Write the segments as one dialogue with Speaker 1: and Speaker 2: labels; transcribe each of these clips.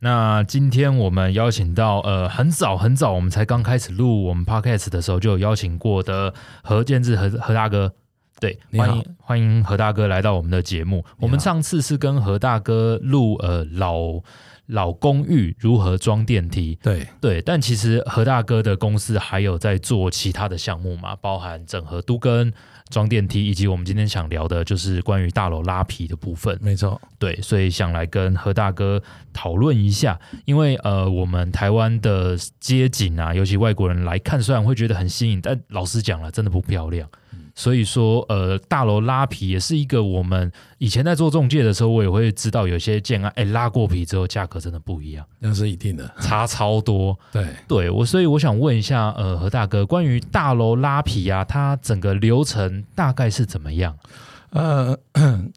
Speaker 1: 那今天我们邀请到呃，很早很早，我们才刚开始录我们 Podcast 的时候就有邀请过的何建志何何大哥，对，
Speaker 2: 你好
Speaker 1: 欢迎欢迎何大哥来到我们的节目。我们上次是跟何大哥录呃老老公寓如何装电梯，
Speaker 2: 对，
Speaker 1: 对，但其实何大哥的公司还有在做其他的项目嘛，包含整合都跟装电梯，以及我们今天想聊的就是关于大楼拉皮的部分。
Speaker 2: 没错，
Speaker 1: 对，所以想来跟何大哥讨论一下，因为呃，我们台湾的街景啊，尤其外国人来看，虽然会觉得很新颖，但老实讲了，真的不漂亮。
Speaker 2: 嗯
Speaker 1: 所以说，呃，大楼拉皮也是一个我们以前在做中介的时候，我也会知道有些建案，哎，拉过皮之后价格真的不一样，
Speaker 2: 那是一定的。
Speaker 1: 差超多。
Speaker 2: 对，
Speaker 1: 对我，所以我想问一下，呃，何大哥，关于大楼拉皮啊，它整个流程大概是怎么样？
Speaker 2: 呃，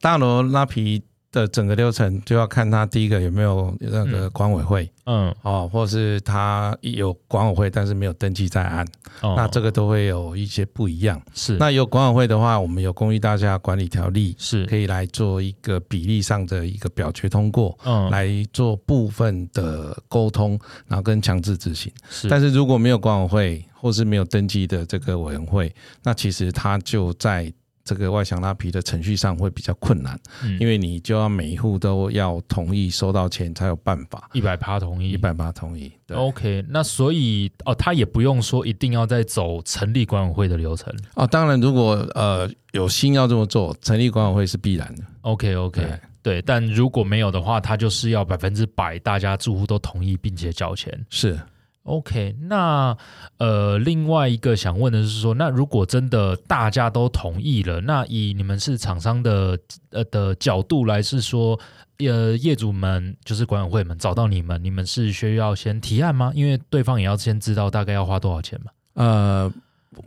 Speaker 2: 大楼拉皮的整个流程就要看他第一个有没有那个管委会、
Speaker 1: 嗯，
Speaker 2: 哦，或是他有管委会但是没有登记在案，
Speaker 1: 哦
Speaker 2: 那这个都会有一些不一样。
Speaker 1: 是
Speaker 2: 那有管委会的话，我们有公寓大厦管理条例
Speaker 1: 是
Speaker 2: 可以来做一个比例上的一个表决通过。
Speaker 1: 嗯
Speaker 2: 来做部分的沟通，然后跟强制执行。
Speaker 1: 是，
Speaker 2: 但
Speaker 1: 是
Speaker 2: 是如果没有管委会或是没有登记的这个委员会，那其实它就在这个外墙拉皮的程序上会比较困难，因
Speaker 1: 为
Speaker 2: 为你就要每一户都要同意收到钱才有办法
Speaker 1: 一百趴同意，
Speaker 2: 一百八同意。对，哦
Speaker 1: OK，那所以哦，他也不用说一定要再走成立管委会的流程。
Speaker 2: 啊当然如果呃有心要这么做，成立管委会是必然的。
Speaker 1: OK OK，
Speaker 2: 对
Speaker 1: 对，但如果没有的话，他就是要百分之百大家住户都同意并且交钱。
Speaker 2: 是
Speaker 1: OK，那呃，另外一个想问的是说，那如果真的大家都同意了，那以你们是厂商的呃的角度来是说，呃，业主们就是管委会们找到你们，你们是需要先提案吗？因为对方也要先知道大概要花多少钱嘛。
Speaker 2: 呃。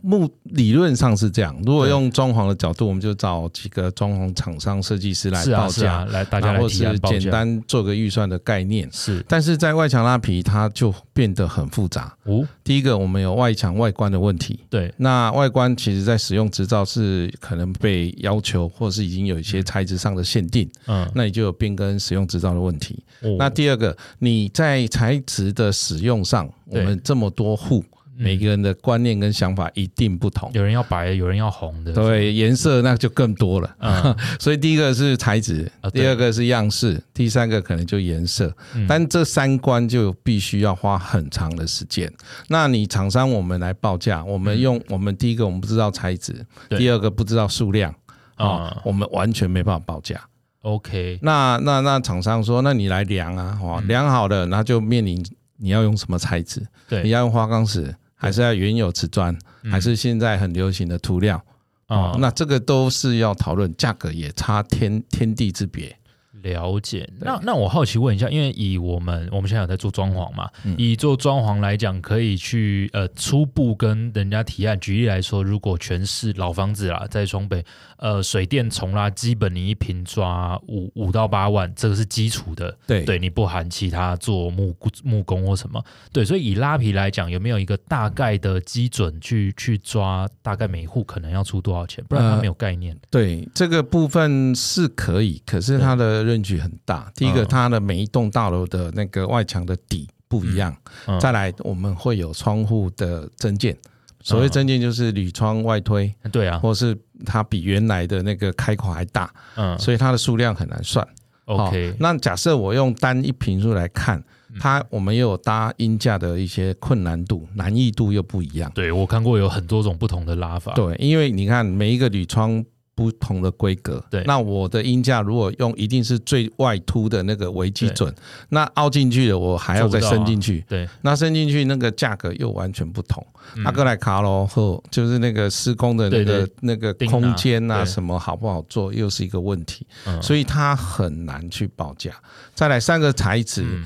Speaker 2: 目理论上是这样，如果
Speaker 1: 对
Speaker 2: 用装潢的角度，我们就找几个装潢厂商、设计师来
Speaker 1: 是
Speaker 2: 报
Speaker 1: 啊是
Speaker 2: 价，
Speaker 1: 啊，来大家
Speaker 2: 然
Speaker 1: 来
Speaker 2: 后
Speaker 1: 提案
Speaker 2: 是
Speaker 1: 报价，
Speaker 2: 简单做个预算的概念。
Speaker 1: 是
Speaker 2: 但是在外墙拉皮，它就变得很复杂。
Speaker 1: 五、哦、
Speaker 2: 第一个，我们有外墙外观的问题。
Speaker 1: 对
Speaker 2: 那外观其实在使用执照是可能被要求，或是已经有一些材质上的限定，
Speaker 1: 嗯，
Speaker 2: 那你就有变更使用执照的问题。
Speaker 1: 哦
Speaker 2: 那第二个，你在材质的使用上，我
Speaker 1: 对嗯
Speaker 2: 们这么多户，每个人的观念跟想法一定不同。
Speaker 1: 有人要白，有人要红的，
Speaker 2: 对颜色那就更多了，
Speaker 1: 嗯
Speaker 2: 所以第一个是材质
Speaker 1: 啊，对
Speaker 2: 第二个是样式，第三个可能就颜色。
Speaker 1: 嗯
Speaker 2: 但这三关就必须要花很长的时间。那你厂商我们来报价，我们用、我们第一个我们不知道材质，
Speaker 1: 嗯对
Speaker 2: 第二个不知道数量啊、
Speaker 1: 啊
Speaker 2: 我们完全没办法报价。
Speaker 1: OK
Speaker 2: 那那那厂商说，那你来量啊，
Speaker 1: 嗯
Speaker 2: 哦，量好了，那就面临你要用什么材质，
Speaker 1: 对，
Speaker 2: 你要用花岗石，还是要原有瓷砖，
Speaker 1: 嗯
Speaker 2: 还是现在很流行的涂料
Speaker 1: 啊
Speaker 2: 哦那这个都是要讨论，价格也差天天地之别。
Speaker 1: 了解，
Speaker 2: 对
Speaker 1: 那那我好奇问一下，因为以我们我们现在有在做装潢嘛，
Speaker 2: 嗯
Speaker 1: 以做装潢来讲，可以去呃初步跟人家提案。举例来说，如果全是老房子啦，在双北，呃，水电重啦，基本你一平抓五五到八万，这个是基础的，
Speaker 2: 对
Speaker 1: 对，你不含其他做木木工或什么，对，所以以拉皮来讲，有没有一个大概的基准去去抓大概每户可能要出多少钱？不然他
Speaker 2: 呃
Speaker 1: 没有概念。
Speaker 2: 对这个部分是可以，可是它的论据很大。第一个，
Speaker 1: 嗯
Speaker 2: 它的每一栋大楼的那个外墙的底不一样。
Speaker 1: 嗯
Speaker 2: 再来，我们会有窗户的增建，所
Speaker 1: 嗯
Speaker 2: 谓增建就是铝窗外推，
Speaker 1: 对啊，
Speaker 2: 或是它比原来的那个开口还大，
Speaker 1: 嗯，
Speaker 2: 所以它的数量很难算。
Speaker 1: OK，、嗯
Speaker 2: 哦那假设我用单一频数来看，它我们也有搭音架的一些困难度、难易度又不一样。
Speaker 1: 对我看过有很多种不同的拉法，
Speaker 2: 对，因为你看每一个铝窗不同的规格，
Speaker 1: 对
Speaker 2: 那我的音架如果用一定是最外凸的那个为基准，那凹进去的我还要再
Speaker 1: 做不到啊
Speaker 2: 伸进去，
Speaker 1: 对，嗯
Speaker 2: 那伸进去那个价格又完全不同。阿格莱卡罗后就是那个施工的
Speaker 1: 对
Speaker 2: 那个那个
Speaker 1: 钉啊
Speaker 2: 空间啊，
Speaker 1: 对
Speaker 2: 什么好不好做又是一个问题，
Speaker 1: 嗯
Speaker 2: 所以它很难去报价。再来三个材质，
Speaker 1: 嗯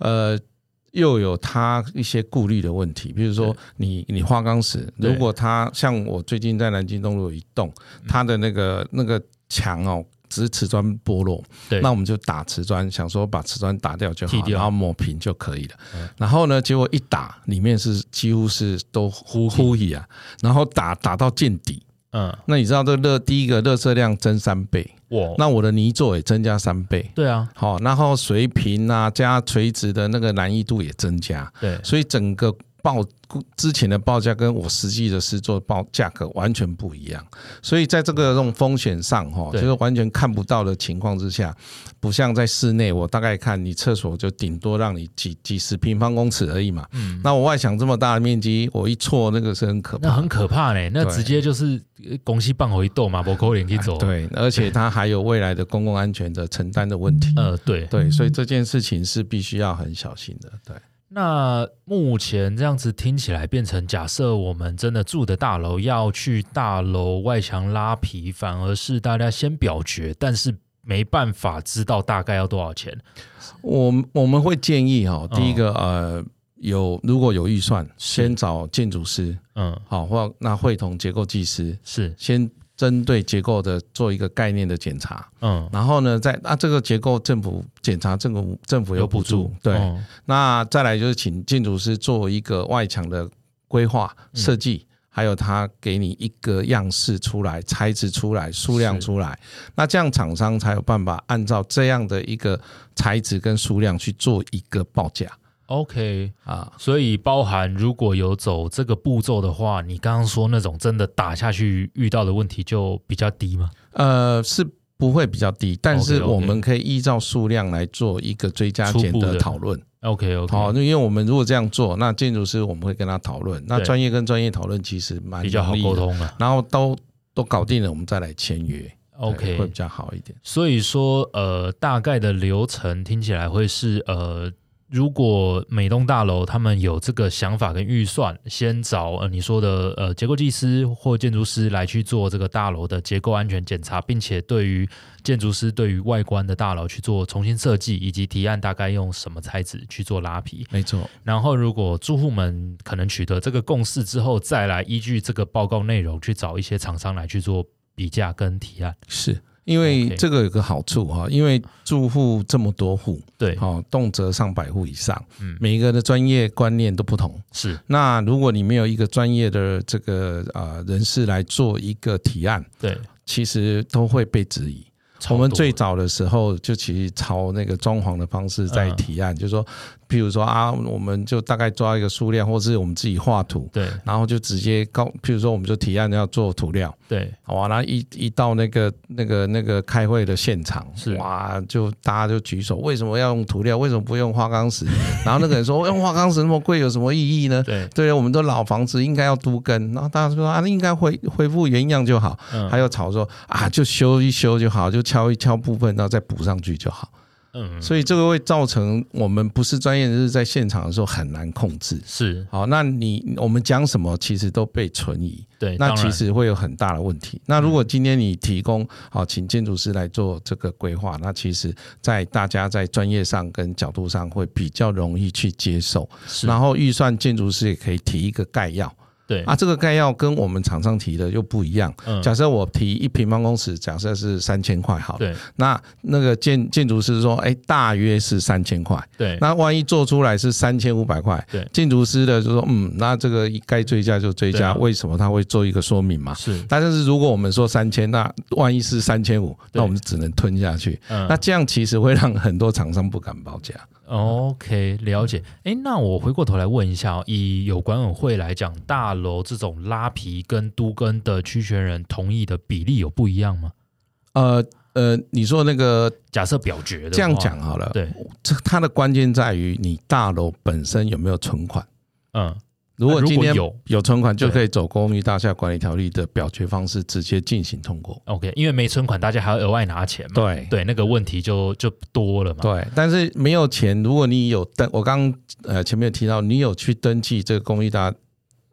Speaker 2: 呃，又有它一些顾虑的问题，比如说
Speaker 1: 对
Speaker 2: 你你花岗石，
Speaker 1: 对嗯
Speaker 2: 如果它像我最近在南京东路有一栋，它的那个那个墙哦。只是瓷砖剥落，
Speaker 1: 对
Speaker 2: 那我们就打瓷砖，想说把瓷砖打掉就
Speaker 1: 剃
Speaker 2: 好，
Speaker 1: 掉嗯
Speaker 2: 然后抹平就可以了。然后呢，结果一打，里面是几乎是都呼呼一啊，然后打打到见底。
Speaker 1: 嗯，
Speaker 2: 那你知道这热第一个热色量增三倍，
Speaker 1: 我
Speaker 2: 那我的泥作也增加三倍，
Speaker 1: 对啊，
Speaker 2: 好、然后水平啊加垂直的那个难易度也增加，
Speaker 1: 对
Speaker 2: 所以整个报之前的报价跟我实际的试做报价格完全不一样，所以在这个这种风险上哈、哦，
Speaker 1: 对
Speaker 2: 就是完全看不到的情况之下，不像在室内，我大概看你厕所就顶多让你几几十平方公尺而已嘛，
Speaker 1: 嗯，
Speaker 2: 那我外想这么大的面积，我一错那个是很可怕的，
Speaker 1: 那很可怕嘞，那
Speaker 2: 对
Speaker 1: 直接就是呃拱西棒回斗嘛，不扣脸去走，，
Speaker 2: 对，而且它还有未来的公共安全的承担的问题。
Speaker 1: 呃，对，
Speaker 2: 对，所以这件事情是必须要很小心的。对，
Speaker 1: 那目前这样子听起来，变成假设我们真的住的大楼要去大楼外墙拉皮，反而是大家先表决，但是没办法知道大概要多少钱。
Speaker 2: 我们我们会建议哈、
Speaker 1: 嗯
Speaker 2: 第一个、呃，有如果有预算，先找建筑师，
Speaker 1: 嗯，
Speaker 2: 好、或那会同结构技师，
Speaker 1: 是，
Speaker 2: 先针对结构的做一个概念的检查，
Speaker 1: 嗯，
Speaker 2: 然后呢，再啊这个结构政府检查政府政府有补助，哦对，
Speaker 1: 嗯
Speaker 2: 那再来就是请建筑师做一个外墙的规划设计，
Speaker 1: 嗯
Speaker 2: 还有他给你一个样式出来、材质出来、数量出来，那这样厂商才有办法按照这样的一个材质跟数量去做一个报价
Speaker 1: OK，
Speaker 2: 啊。
Speaker 1: 所以包含如果有走这个步骤的话，你刚刚说那种真的打下去遇到的问题就比较低吗？
Speaker 2: 呃，是不会比较低，但是
Speaker 1: OK，OK
Speaker 2: 我们可以依照数量来做一个追加
Speaker 1: 初
Speaker 2: 减
Speaker 1: 步的
Speaker 2: 的讨论。
Speaker 1: ？OK OK，
Speaker 2: 好，那因为我们如果这样做，那建筑师我们会跟他讨论，那
Speaker 1: 对
Speaker 2: 专业跟专业讨论其实蛮
Speaker 1: 比较好
Speaker 2: 容易
Speaker 1: 沟
Speaker 2: 的，
Speaker 1: 通啊了。
Speaker 2: 然后都都搞定了，我们再来签约。对
Speaker 1: OK，
Speaker 2: 会比较好一点。
Speaker 1: 所以说，呃，大概的流程听起来会是，呃，如果每栋大楼他们有这个想法跟预算，先找呃你说的呃结构技师或建筑师来去做这个大楼的结构安全检查，并且对于建筑师对于外观的大楼去做重新设计，以及提案大概用什么材质去做拉皮。
Speaker 2: 没错，
Speaker 1: 然后，如果住户们可能取得这个共识之后，再来依据这个报告内容去找一些厂商来去做比价跟提案。
Speaker 2: 是因为
Speaker 1: OK
Speaker 2: 这个有个好处哈，因为住户这么多户，
Speaker 1: 对，
Speaker 2: 哦，动辄上百户以上，
Speaker 1: 嗯
Speaker 2: 每一个的专业观念都不同。
Speaker 1: 是，
Speaker 2: 那如果你没有一个专业的这个呃人士来做一个提案，
Speaker 1: 对。
Speaker 2: 其实都会被质疑。
Speaker 1: 超多
Speaker 2: 我们最早的时候，就其实朝那个装潢的方式
Speaker 1: 嗯
Speaker 2: 在提案，就是说，譬如说啊，我们就大概抓一个数量，或是我们自己画图，
Speaker 1: 对
Speaker 2: 然后就直接告，譬如说我们就提案要做涂料，
Speaker 1: 对
Speaker 2: 好啊，然后一一到那个那个那个开会的现场，
Speaker 1: 是
Speaker 2: 哇，就大家就举手，为什么要用涂料？为什么不用花岗石？ 然后那个人说，哎用花岗石那么贵，有什么意义呢？
Speaker 1: 对，
Speaker 2: 对，我们都老房子应该要都跟，然后大家说啊，那应该恢恢复原样就好。
Speaker 1: 嗯
Speaker 2: 还有吵说啊，就修一修就好，就敲一敲部分，然后再补上去就好。
Speaker 1: 嗯，
Speaker 2: 所以这个会造成我们不是专业人士在现场的时候很难控制。
Speaker 1: 是
Speaker 2: 好，那你我们讲什么，其实都被存疑。
Speaker 1: 对，
Speaker 2: 那
Speaker 1: 当然嗯
Speaker 2: 其实会有很大的问题。那如果今天你提供好，请建筑师来做这个规划，那其实，在大家在专业上跟角度上会比较容易去接受。
Speaker 1: 是
Speaker 2: 然后预算建筑师也可以提一个概要
Speaker 1: 对
Speaker 2: 啊，，这个概要跟我们厂商提的又不一样。
Speaker 1: 嗯
Speaker 2: 假设我提一平方公尺，假设是三千块好了，
Speaker 1: 对
Speaker 2: 那那个建建筑师说，哎，大约是三千块。
Speaker 1: 对
Speaker 2: 那万一做出来是三千五百块，
Speaker 1: 哎对
Speaker 2: 建筑师的就说，嗯，那这个该追加就追
Speaker 1: 对
Speaker 2: 加，
Speaker 1: 啊
Speaker 2: 为什么他会做一个说明嘛？
Speaker 1: 是
Speaker 2: 但是如果我们说三千，那万一是三千五，
Speaker 1: 对
Speaker 2: 那我们就只能吞下去。
Speaker 1: 嗯
Speaker 2: 那这样其实会让很多厂商不敢报价。
Speaker 1: OK 了解。哎，那我回过头来问一下哦，以有管委会来讲，大楼这种拉皮跟都跟的区权人同意的比例有不一样吗？
Speaker 2: 呃呃，你说那个
Speaker 1: 假设表决的话
Speaker 2: 这样讲，好了，
Speaker 1: 对，
Speaker 2: 这它的关键在于你大楼本身有没有存款。
Speaker 1: 嗯，
Speaker 2: 如
Speaker 1: 啊
Speaker 2: 果
Speaker 1: 如果
Speaker 2: 今天
Speaker 1: 有
Speaker 2: 有存款，就
Speaker 1: 对
Speaker 2: 可以走《公寓大厦管理条例》的表决方式直接进行通过。
Speaker 1: OK，因为没存款，大家还要额外拿钱嘛。
Speaker 2: 对
Speaker 1: 对，那个问题就就多了嘛。
Speaker 2: 对，但是没有钱，如果你有登，我刚刚呃前面有提到，你有去登记这个公益大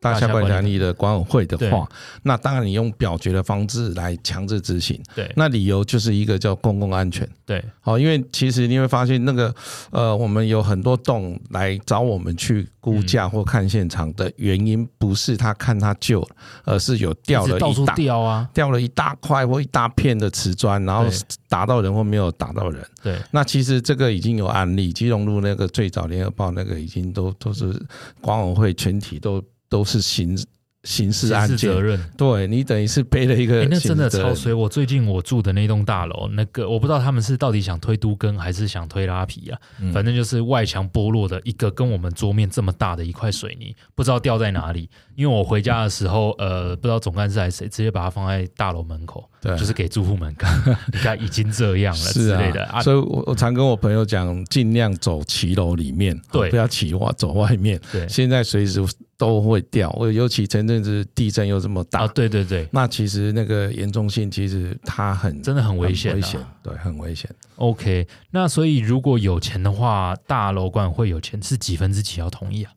Speaker 2: 大
Speaker 1: 大厦
Speaker 2: 厦管理
Speaker 1: 管
Speaker 2: 条
Speaker 1: 理
Speaker 2: 例的管委会的
Speaker 1: 对
Speaker 2: 话，那当然你用表决的方式来强制执行，
Speaker 1: 对
Speaker 2: 那理由就是一个叫公共安全。
Speaker 1: 对
Speaker 2: 好，因为其实你会发现，那个呃，我们有很多栋来找我们去估价或看现场的原因，不是他看他旧了，而是有掉
Speaker 1: 一
Speaker 2: 了
Speaker 1: 直到
Speaker 2: 一
Speaker 1: 处
Speaker 2: 大
Speaker 1: 掉啊。
Speaker 2: 掉了一大块或一大片的瓷砖，然后
Speaker 1: 对
Speaker 2: 打到人或没有打到人。
Speaker 1: 对
Speaker 2: 那其实这个已经有案例，基隆路那个最早联合报那个已经都都是管委会全体都都是刑刑事案
Speaker 1: 刑事责
Speaker 2: 件，
Speaker 1: 任，
Speaker 2: 对你等于是背了一
Speaker 1: 哎、
Speaker 2: 个
Speaker 1: 那真的
Speaker 2: 刑事责
Speaker 1: 超
Speaker 2: 任
Speaker 1: 衰。我最近我住的那栋大楼，那个我不知道他们是到底想推都更还是想推拉皮啊，
Speaker 2: 嗯
Speaker 1: 反正就是外墙剥落的一个跟我们桌面这么大的一块水泥，不知道掉在哪里。因为我回家的时候，呃，不知道总干事还是谁，直接把它放在大楼门口，
Speaker 2: 对
Speaker 1: 就是给住户们看， 你看已经这样了
Speaker 2: 是
Speaker 1: 之类的
Speaker 2: 啊，所以我我常跟我朋友讲，尽量走骑楼里面，哦
Speaker 1: 对
Speaker 2: 不要骑外走外面。
Speaker 1: 对
Speaker 2: 现在随时都会掉，我尤其前阵子地震又这么大，
Speaker 1: 啊，对对对，
Speaker 2: 那其实那个严重性其实它很
Speaker 1: 真的很危险、啊，
Speaker 2: 很危险，对，很危险。
Speaker 1: OK，那所以如果有钱的话，大楼管会有钱是几分之几要同意啊？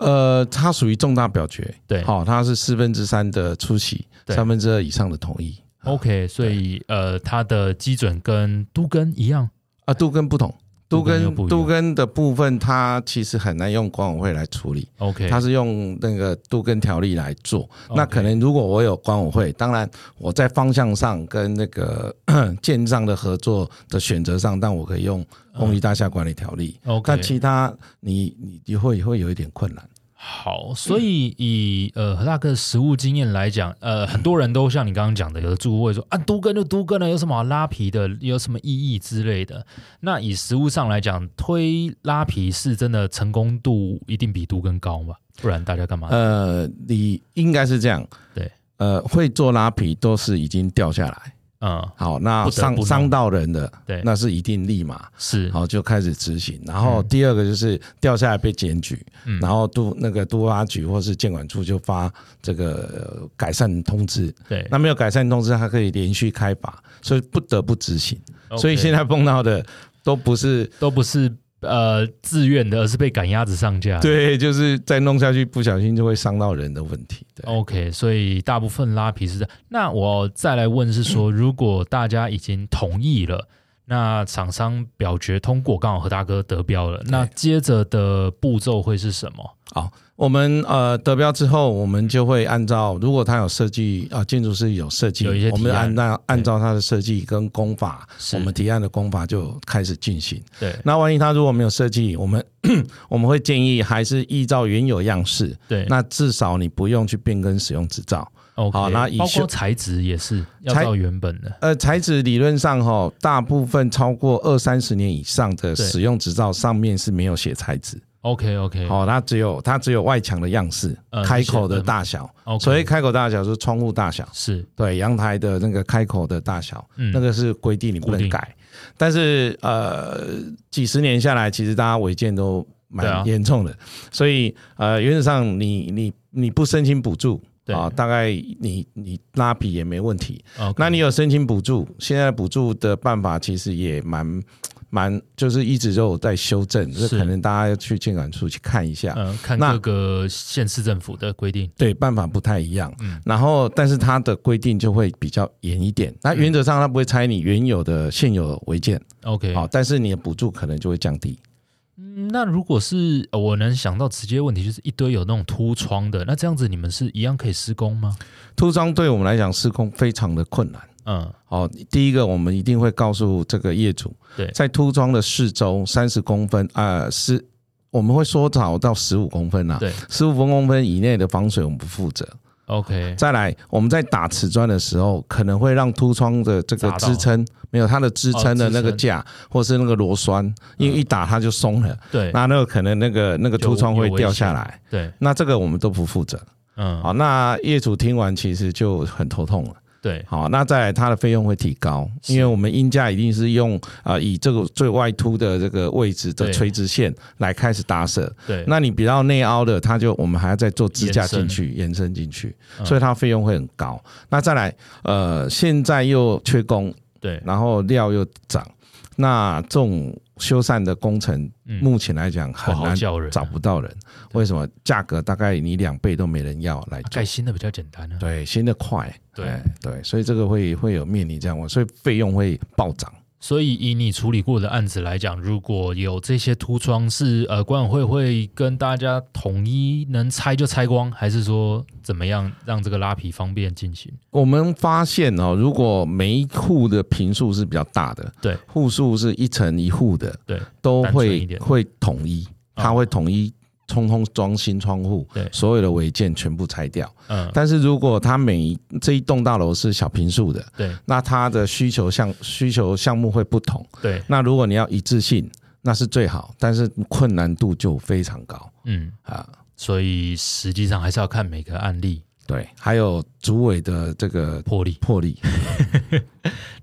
Speaker 2: 呃，它属于重大表决，
Speaker 1: 对
Speaker 2: 好、它是四分之三的出席，
Speaker 1: 对
Speaker 2: 三分之二以上的同意。
Speaker 1: ，OK，所以呃，它的基准跟都跟一样，
Speaker 2: 啊，杜根不同，
Speaker 1: 杜
Speaker 2: 杜
Speaker 1: 根又
Speaker 2: 根
Speaker 1: 不一样
Speaker 2: 杜根的部分，它其实很难用管委会来处理，
Speaker 1: OK，
Speaker 2: 它是用那个杜根条例来做。那
Speaker 1: OK
Speaker 2: 可能如果我有管委会，当然我在方向上跟那个 建商的合作的选择上，但我可以用公益大厦管理条例。
Speaker 1: OK，
Speaker 2: 但其他你你你会会有一点困难，
Speaker 1: 好，所以以呃何大哥的实务经验来讲，呃，很多人都像你刚刚讲的，有的住户会说啊，都跟就都跟了，有什么好拉皮的，有什么意义之类的。那以实务上来讲，推拉皮是真的成功度一定比都跟高嘛？不然大家干嘛？
Speaker 2: 呃，你应该是这样，
Speaker 1: 对，
Speaker 2: 呃，会做拉皮都是已经掉下来，
Speaker 1: 嗯，
Speaker 2: 好，那
Speaker 1: 不得不
Speaker 2: 伤
Speaker 1: 弄
Speaker 2: 伤到人的，
Speaker 1: 对
Speaker 2: 那是一定立马，
Speaker 1: 是，
Speaker 2: 好就开始执行。然后第二个就是掉下来被检举，
Speaker 1: 嗯
Speaker 2: 然后都那个都发局或是监管处就发这个呃改善通知。
Speaker 1: 对，
Speaker 2: 那没有改善通知，它可以连续开罚，所以不得不执行。所以
Speaker 1: OK
Speaker 2: 现在碰到的都不是
Speaker 1: 都不是呃自愿的，而是被赶鸭子上架。
Speaker 2: 对，就是再弄下去不小心就会伤到人的问题。对，
Speaker 1: ，OK，所以大部分拉皮是这样。那我再来问是
Speaker 2: 嗯
Speaker 1: 说，如果大家已经同意了，那厂商表决通过，刚好何大哥得标了，那接着的步骤会是什么？
Speaker 2: 好，我们呃得标之后，我们就会按照如果他有设计啊，建筑师有设计，
Speaker 1: 有一些提
Speaker 2: 我们
Speaker 1: 案
Speaker 2: 按照按照他的设计跟工法，
Speaker 1: 是
Speaker 2: 我们提案的工法就开始进行。
Speaker 1: 对
Speaker 2: 那万一他如果没有设计，我们 我们会建议还是依照原有样式。
Speaker 1: 对，
Speaker 2: 那至少你不用去变更使用执照。
Speaker 1: OK，
Speaker 2: 好那以
Speaker 1: 包括
Speaker 2: 修
Speaker 1: 材质也是要
Speaker 2: 材
Speaker 1: 照原本的。
Speaker 2: 呃，材质理论上哈、大部分超过二三十年以上的
Speaker 1: 对
Speaker 2: 使用执照上面是没有写材质，
Speaker 1: OK OK，
Speaker 2: 哦，它只有它只有外墙的样式
Speaker 1: 呃、
Speaker 2: 开口的大小，
Speaker 1: OK，
Speaker 2: 所以开口大小是窗户大小，
Speaker 1: 是
Speaker 2: 对，阳台的那个开口的大小，
Speaker 1: 嗯
Speaker 2: 那个是规定你不
Speaker 1: 固定
Speaker 2: 能改。但是呃，几十年下来，其实大家违建都
Speaker 1: 对啊
Speaker 2: 蛮严重的，所以呃，原则上你你你不申请补助
Speaker 1: 对
Speaker 2: 啊，大概你你拉皮也没问题。
Speaker 1: OK，
Speaker 2: 那你有申请补助？现在补助的办法其实也蛮蛮，就是一直都有在修正，这
Speaker 1: 是
Speaker 2: 可能大家要去监管处去看一下。
Speaker 1: 嗯、看
Speaker 2: 那
Speaker 1: 各个县市政府的规定。
Speaker 2: 对，办法不太一样。
Speaker 1: 嗯
Speaker 2: 然后，但是它的规定就会比较严一点。
Speaker 1: 嗯
Speaker 2: 那原则上，它不会拆你原有的现有违建，
Speaker 1: OK，
Speaker 2: 好，但是你的补助可能就会降低。
Speaker 1: 嗯那如果是呃我能想到直接问题，就是一堆有那种凸窗的，那这样子你们是一样可以施工吗？
Speaker 2: 涂装对我们来讲施工非常的困难。
Speaker 1: 嗯，
Speaker 2: 哦，第一个我们一定会告诉这个业主，
Speaker 1: 对
Speaker 2: 在涂装的四周三十公分，啊，十我们会缩小到十五公分啊，
Speaker 1: 对
Speaker 2: 十五公分以内的防水我们不负责。
Speaker 1: ，OK，
Speaker 2: 再来，我们在打瓷砖的时候，可能会让凸窗的这个
Speaker 1: 砸到
Speaker 2: 支撑没有它的支撑的那
Speaker 1: 哦
Speaker 2: 个
Speaker 1: 支撑嗯
Speaker 2: 架，或是那个螺栓，因为一打它就松了，
Speaker 1: 对
Speaker 2: 那那个可能那个那个
Speaker 1: 就
Speaker 2: 凸窗会
Speaker 1: 有危
Speaker 2: 掉
Speaker 1: 险
Speaker 2: 下来，
Speaker 1: 对，
Speaker 2: 那这个我们都不负责。
Speaker 1: 嗯，
Speaker 2: 好，那业主听完其实就很头痛了。
Speaker 1: 对，
Speaker 2: 好，那再来它的费用会提高，
Speaker 1: 是
Speaker 2: 因为我们阴架一定是用啊、呃以这个最外凸的这个位置的
Speaker 1: 对
Speaker 2: 垂直线来开始搭设。
Speaker 1: 对，
Speaker 2: 那你比较内凹的，它就我们还要再做支架
Speaker 1: 延伸
Speaker 2: 进去、延伸进去，
Speaker 1: 嗯
Speaker 2: 所以它费用会很高。那再来，呃，现在又缺工，
Speaker 1: 对，
Speaker 2: 然后料又涨，那这种修缮的工程，
Speaker 1: 嗯
Speaker 2: 目前来讲
Speaker 1: 不
Speaker 2: 很
Speaker 1: 好
Speaker 2: 难
Speaker 1: 叫人啊，
Speaker 2: 找不到人。为什么？价格大概你两倍都没人要来做
Speaker 1: 盖。新的比较简单啊。
Speaker 2: 对，新的快，
Speaker 1: 对
Speaker 2: 哎对，所以这个会会有面临这样，所以费用会暴涨。
Speaker 1: 所以以你处理过的案子来讲，如果有这些凸窗是呃管委会会跟大家统一能拆就拆光，还是说怎么样让这个拉皮方便进行？
Speaker 2: 我们发现哦，如果每一户的平数是比较大的，
Speaker 1: 对，
Speaker 2: 户数是一层一户的，
Speaker 1: 对，
Speaker 2: 都
Speaker 1: 单纯一
Speaker 2: 会
Speaker 1: 点啊
Speaker 2: 会统一，它会统一，通通装新窗户，
Speaker 1: 对
Speaker 2: 所有的违建全部拆掉。
Speaker 1: 嗯，
Speaker 2: 但是如果它每一这一栋大楼是小平数的，
Speaker 1: 对
Speaker 2: 那它的需求项需求项目会不同。
Speaker 1: 对，
Speaker 2: 那如果你要一致性，那是最好，但是困难度就非常高
Speaker 1: 嗯，
Speaker 2: 啊。
Speaker 1: 所以实际上还是要看每个案例
Speaker 2: 对，还有主委的这个
Speaker 1: 魄力。
Speaker 2: 魄力，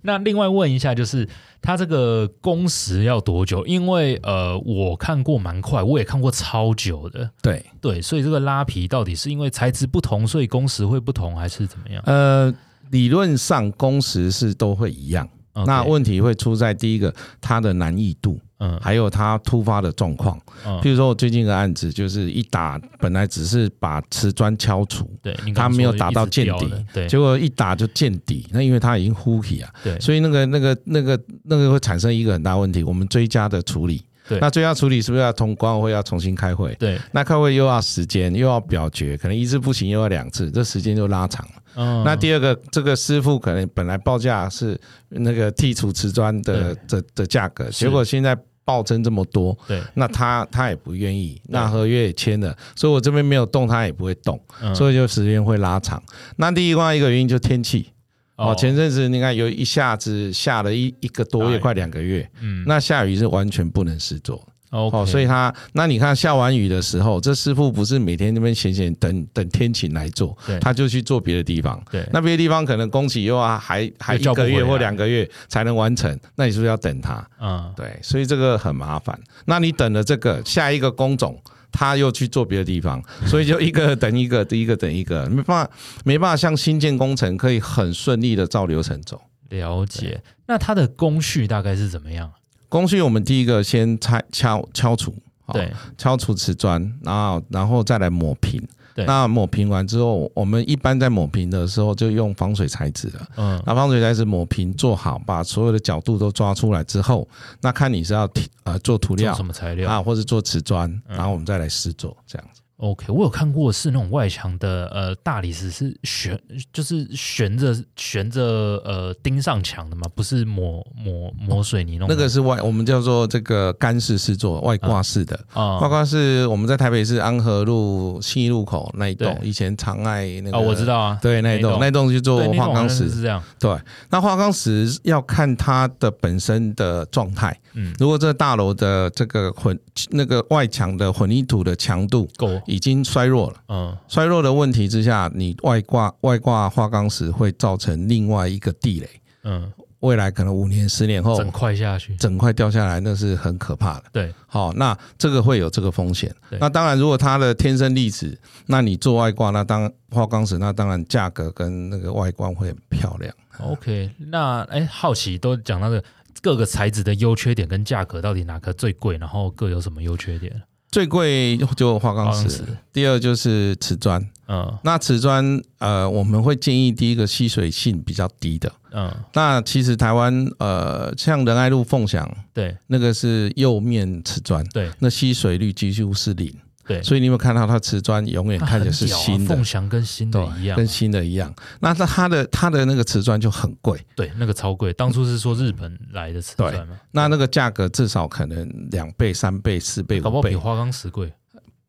Speaker 1: 那另外问一下，就是它这个工时要多久？因为呃，我看过蛮快，我也看过超久的，
Speaker 2: 对，
Speaker 1: 对，所以这个拉皮到底是因为材质不同，所以工时会不同，还是怎么样？
Speaker 2: 呃，理论上工时是都会一样。那
Speaker 1: OK，
Speaker 2: 问题会出在第一个，它的难易度，
Speaker 1: 嗯
Speaker 2: 还有它突发的状况。
Speaker 1: 嗯
Speaker 2: 譬如说，我最近一个案子就是一打，本来只是把瓷砖敲除，
Speaker 1: 对，你
Speaker 2: 它
Speaker 1: 刚
Speaker 2: 没有
Speaker 1: 说
Speaker 2: 打
Speaker 1: 一
Speaker 2: 到
Speaker 1: 直
Speaker 2: 见
Speaker 1: 掉
Speaker 2: 底
Speaker 1: 的对，
Speaker 2: 结果一打就见底。那因为它已经呼起啊，
Speaker 1: 对
Speaker 2: 所以那个那个那个那个会产生一个很大问题，我们追加的处理。
Speaker 1: 对
Speaker 2: 那追加处理是不是要通管委会要重新开会？
Speaker 1: 对，
Speaker 2: 那开会又要时间，又要表决，可能一次不行又要两次，这时间就拉长了。
Speaker 1: 嗯，
Speaker 2: 那第二个，这个师傅可能本来报价是那个剔除瓷砖的的的价格，
Speaker 1: 是
Speaker 2: 结果现在暴增这么多，
Speaker 1: 对，
Speaker 2: 那他他也不愿意，那合约也签了，所以我这边没有动，他也不会动，
Speaker 1: 嗯
Speaker 2: 所以就时间会拉长。那另外一个原因就天气哦，前阵子你看有一下子下了一一个多
Speaker 1: 哎
Speaker 2: 月，快两个月，
Speaker 1: 嗯
Speaker 2: 那下雨是完全不能施作的。
Speaker 1: OK，
Speaker 2: 哦，所以他那你看下完雨的时候，这师傅不是每天那边闲闲等等天晴来做
Speaker 1: 对，
Speaker 2: 他就去做别的地方。
Speaker 1: 对，
Speaker 2: 那别的地方可能工期又要还还
Speaker 1: 又
Speaker 2: 一
Speaker 1: 叫不
Speaker 2: 个
Speaker 1: 回
Speaker 2: 月
Speaker 1: 来
Speaker 2: 或两个月才能完成，那你是不是要等他？
Speaker 1: 嗯
Speaker 2: 对，所以这个很麻烦。那你等了这个下一个工种，他又去做别的 地方，所以就一个等一个，一个等一个，没办法，没办法像新建工程可以很顺利的照流程走。
Speaker 1: 了解。那它的工序大概是怎么样？
Speaker 2: 工序我们第一个先拆敲敲除，好
Speaker 1: 对，
Speaker 2: 敲除瓷砖，然后然后再来抹平。
Speaker 1: 对
Speaker 2: 那抹平完之后，我们一般在抹平的时候就用防水材质了。
Speaker 1: 嗯
Speaker 2: 那防水材质抹平做好，把所有的角度都抓出来之后，那看你是要提呃做涂
Speaker 1: 做
Speaker 2: 料
Speaker 1: 什么材料嗯
Speaker 2: 啊，或是做瓷砖，然后我们再来施做这样子。
Speaker 1: ？OK，我有看过是那种外墙的呃大理石是悬，就是悬着悬着呃钉上墙的嘛，不是抹抹抹水泥弄
Speaker 2: 哦那
Speaker 1: 的
Speaker 2: 个是外，我们叫做这个干式施作，外挂式的。
Speaker 1: 啊
Speaker 2: 外挂式我们在台北市安和路信义路口那一栋，
Speaker 1: 对
Speaker 2: 以前长爱那个
Speaker 1: 哦，我知，道啊，
Speaker 2: 对那一栋，那
Speaker 1: 那
Speaker 2: 一栋去做
Speaker 1: 对那
Speaker 2: 化
Speaker 1: 栋好
Speaker 2: 钢
Speaker 1: 像
Speaker 2: 石
Speaker 1: 是这样，
Speaker 2: 对，那花岗石要看它的本身的状态。
Speaker 1: 嗯
Speaker 2: 如果这大楼的这个混那个外墙的混凝土的强度
Speaker 1: 够，
Speaker 2: 已经衰弱了，
Speaker 1: 嗯
Speaker 2: 衰弱的问题之下，你外挂外挂花岗石会造成另外一个地雷，
Speaker 1: 嗯，
Speaker 2: 未来可能五年、十年后
Speaker 1: 整块下去，
Speaker 2: 整块掉下来，那是很可怕的。
Speaker 1: 对，
Speaker 2: 好、那这个会有这个风险
Speaker 1: 对。
Speaker 2: 那当然，如果它的天生丽质，那你做外挂，那当花岗石，那当然价格跟那个外观会很漂亮。
Speaker 1: OK，那哎，好奇都讲到这个各个材质的优缺点跟价格，到底哪个最贵，然后各有什么优缺点？
Speaker 2: 最贵就花岗
Speaker 1: 花岗
Speaker 2: 石
Speaker 1: 石，
Speaker 2: 第二就是瓷砖。
Speaker 1: 嗯
Speaker 2: 那瓷砖，呃，我们会建议第一个吸水性比较低的。
Speaker 1: 嗯，
Speaker 2: 那其实台湾，呃，像仁爱路凤翔
Speaker 1: 对
Speaker 2: 那个是釉面瓷砖，
Speaker 1: 对
Speaker 2: 那吸水率几乎是零，
Speaker 1: 对，
Speaker 2: 所以你有没有看到它瓷砖永远
Speaker 1: 它
Speaker 2: 看起来是
Speaker 1: 很屌啊
Speaker 2: 新的
Speaker 1: 凤，翔跟新的一样啊，
Speaker 2: 跟新的一样。那它它的它的那个瓷砖就很贵，
Speaker 1: 对那个超贵，当初是说日本来的瓷砖嘛，
Speaker 2: 那那个价格至少可能两倍、三倍、四倍、
Speaker 1: 搞不好
Speaker 2: 五
Speaker 1: 比
Speaker 2: 倍。
Speaker 1: 花岗石贵，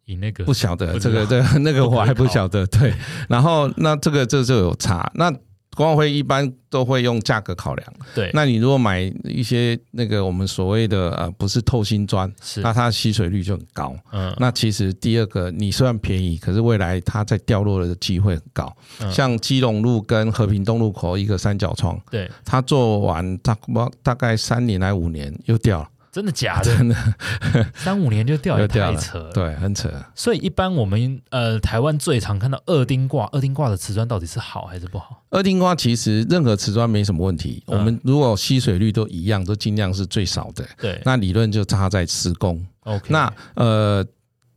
Speaker 1: 以那个
Speaker 2: 不晓得
Speaker 1: 不
Speaker 2: 这
Speaker 1: 知道
Speaker 2: 个这个那个
Speaker 1: 不可
Speaker 2: 我还不
Speaker 1: 考
Speaker 2: 晓得。对，然后那这个这就有差。那管委会一般都会用价格考量。
Speaker 1: 对，
Speaker 2: 那你如果买一些那个我们所谓的呃不是透心砖，
Speaker 1: 是
Speaker 2: 那它的吸水率就很高。
Speaker 1: 嗯
Speaker 2: 那其实第二个，你虽然便宜，可是未来它在掉落的机会很高。
Speaker 1: 嗯
Speaker 2: 像基隆路跟和平东路口一个三角窗，
Speaker 1: 对，
Speaker 2: 它做完大大概三年来五年又掉了，
Speaker 1: 真的假的？
Speaker 2: 真的
Speaker 1: 三五年就 掉也
Speaker 2: 又掉
Speaker 1: 太
Speaker 2: 了
Speaker 1: 扯了。
Speaker 2: 对，很扯。
Speaker 1: 所以一般我们呃台湾最常看到二丁挂，二丁挂的瓷砖到底是好还是不好？
Speaker 2: 二丁瓜其实任何瓷砖没什么问题，
Speaker 1: 嗯
Speaker 2: 我们如果吸水率都一样，都尽量是最少的。
Speaker 1: 对
Speaker 2: 那理论就差在施工。
Speaker 1: ，OK，
Speaker 2: 那呃，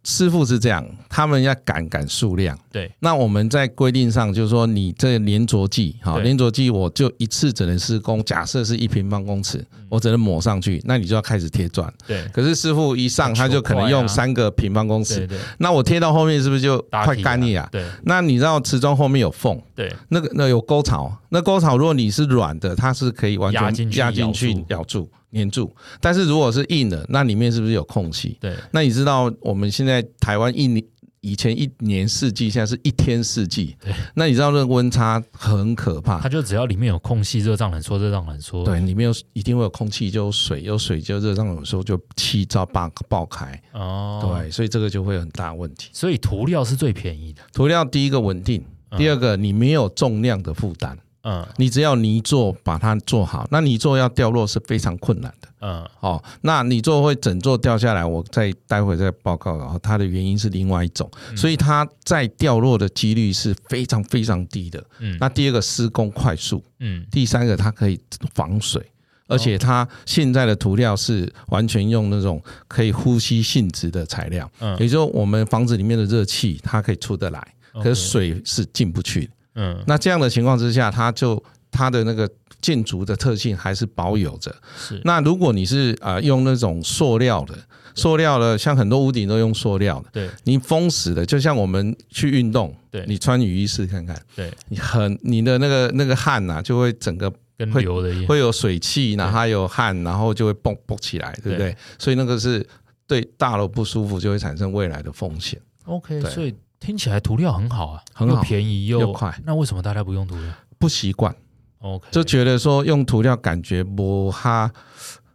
Speaker 2: 师傅是这样，他们要赶赶数量。
Speaker 1: 对
Speaker 2: 那我们在规定上就是说，你这粘着剂，哈，
Speaker 1: 对
Speaker 2: 粘着剂我就一次只能施工，假设是一平方公尺，我只能抹上去，那你就要开始贴砖。
Speaker 1: 嗯对
Speaker 2: 可是师傅一上，他就可能
Speaker 1: 球块啊
Speaker 2: 用三个平方 公
Speaker 1: 对
Speaker 2: 尺，
Speaker 1: 对，
Speaker 2: 那我贴到后面是不是就
Speaker 1: 打
Speaker 2: 快
Speaker 1: 体
Speaker 2: 干
Speaker 1: 啊
Speaker 2: 裂啊？
Speaker 1: 对
Speaker 2: 那你知道瓷砖后面有缝，
Speaker 1: 对
Speaker 2: 那个那有沟槽，那沟槽如果你是软的，它是可以完全
Speaker 1: 压进去
Speaker 2: 压进
Speaker 1: 咬
Speaker 2: 去
Speaker 1: 住
Speaker 2: 咬住粘住，但是如果是硬的，那里面是不是有空隙？
Speaker 1: 对，
Speaker 2: 那你知道我们现在台湾一年以前一年四季，现在是一天四季
Speaker 1: 对，
Speaker 2: 那你知道那个温差很可怕
Speaker 1: 它。就只要里面有空隙，热胀冷缩，热胀冷缩。
Speaker 2: 对，里面有一定会有空气，就有水，有水就热胀冷缩，就气罩爆爆开，
Speaker 1: 哦，，
Speaker 2: 对，所以这个就会有很大问题。
Speaker 1: 所以涂料是最便宜的。
Speaker 2: 涂料第一个稳定，第二
Speaker 1: 个，
Speaker 2: 个你没有重量的负担，
Speaker 1: 嗯
Speaker 2: 你只要泥做把它做好，那泥做要掉落是非常困难的
Speaker 1: 嗯，
Speaker 2: 哦。那泥做会整座掉下来，我再待会再报告。然后它的原因是另外一种，
Speaker 1: 嗯
Speaker 2: 所以它在掉落的几率是非常非常低的。
Speaker 1: 嗯
Speaker 2: 那第二个施工快速，
Speaker 1: 嗯
Speaker 2: 第三个它可以防水。而且
Speaker 1: 哦
Speaker 2: 它现在的涂料是完全用那种可以呼吸性质的材料，也
Speaker 1: 嗯，
Speaker 2: 就是我们房子里面的热气它可以出得来，可是
Speaker 1: OK，
Speaker 2: 水是进不去的。
Speaker 1: 嗯
Speaker 2: 那这样的情况之下，它就它的那个建筑的特性还是保有着。
Speaker 1: 是
Speaker 2: 那如果你是呃用那种塑料的，塑料的像很多屋顶都用塑料的，
Speaker 1: 对
Speaker 2: 你封死的，就像我们去运动，
Speaker 1: 对
Speaker 2: 你穿雨衣试看看，
Speaker 1: 对，
Speaker 2: 你很你的那个那个汗呐、就会整个
Speaker 1: 跟
Speaker 2: 会
Speaker 1: 流的一样。
Speaker 2: 会有水汽，然后还有汗，然后就会蹦蹦起来，对不对？所以那个是对大楼不舒服，就会产生未来的风险。
Speaker 1: OK，
Speaker 2: 对
Speaker 1: 所以听起来涂料很好啊，
Speaker 2: 很好
Speaker 1: 又便宜
Speaker 2: 又快。
Speaker 1: 那为什么大家不用涂料
Speaker 2: 不习惯
Speaker 1: ？OK，
Speaker 2: 就觉得说用涂料感觉不哈，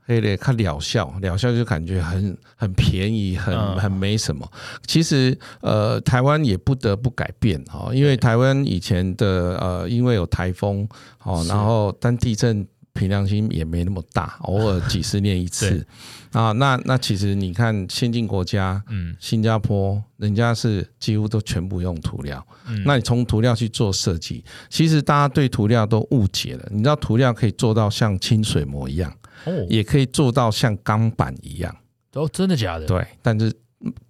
Speaker 2: 黑嘞，它疗效，疗效就感觉很很便宜，很
Speaker 1: 嗯
Speaker 2: 很没什么。其实呃，台湾也不得不改变哦，因为台湾以前的呃，因为有台风哦，
Speaker 1: 是
Speaker 2: 然后但地震。平良心也没那么 大，偶尔几十年一次
Speaker 1: 对
Speaker 2: 啊。那那其实你看，先进国家
Speaker 1: 嗯
Speaker 2: 新加坡，人家是几乎都全部用涂料。
Speaker 1: 嗯，
Speaker 2: 那你从涂料去做设计，其实大家对涂料都误解了。你知道涂料可以做到像清水模一样，
Speaker 1: 哦
Speaker 2: 也可以做到像钢板一样，
Speaker 1: 哦，真的假的？
Speaker 2: 对，但是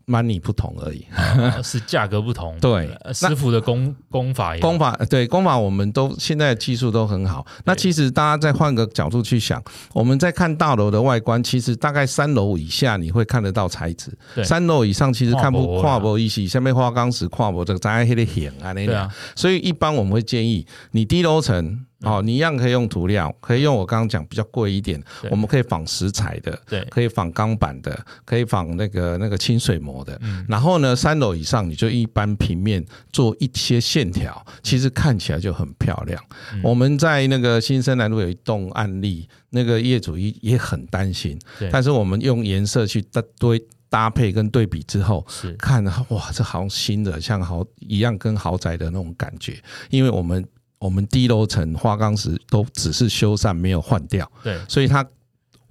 Speaker 2: money 不同而已。
Speaker 1: 啊是价格不同。
Speaker 2: 对
Speaker 1: 呃师傅的工工法也
Speaker 2: 工法对工法，我们都现在的技术都很好。那其实大家再换个角度去想，我们在看大楼的外观，其实大概三楼以下你会看得到材质
Speaker 1: 对，
Speaker 2: 三楼以上其实看不
Speaker 1: 跨
Speaker 2: 跨
Speaker 1: 博啊
Speaker 2: 博一起，下面花岗石跨博这个在黑的显啊那
Speaker 1: 对
Speaker 2: 样。
Speaker 1: 啊，
Speaker 2: 所以一般我们会建议你低楼层哦，
Speaker 1: 嗯
Speaker 2: 你一样可以用涂料，可以用我刚刚讲比较贵一点
Speaker 1: 对，
Speaker 2: 我们可以仿石材的，
Speaker 1: 对
Speaker 2: 可以仿钢板的，可以仿那个那个清水膜的。
Speaker 1: 嗯
Speaker 2: 然后呢，三楼以上你就一般平面做一些线条，其实看起来就很漂亮。
Speaker 1: 嗯
Speaker 2: 我们在那个新生南路有一栋案例，那个业主也也很担心
Speaker 1: 对，
Speaker 2: 但是我们用颜色去搭堆搭配跟对比之后，
Speaker 1: 是
Speaker 2: 看哇，这好像新的，像豪一样跟豪宅的那种感觉，因为我们我们低楼层花岗石都只是修缮，没有换掉，
Speaker 1: 对，
Speaker 2: 所以它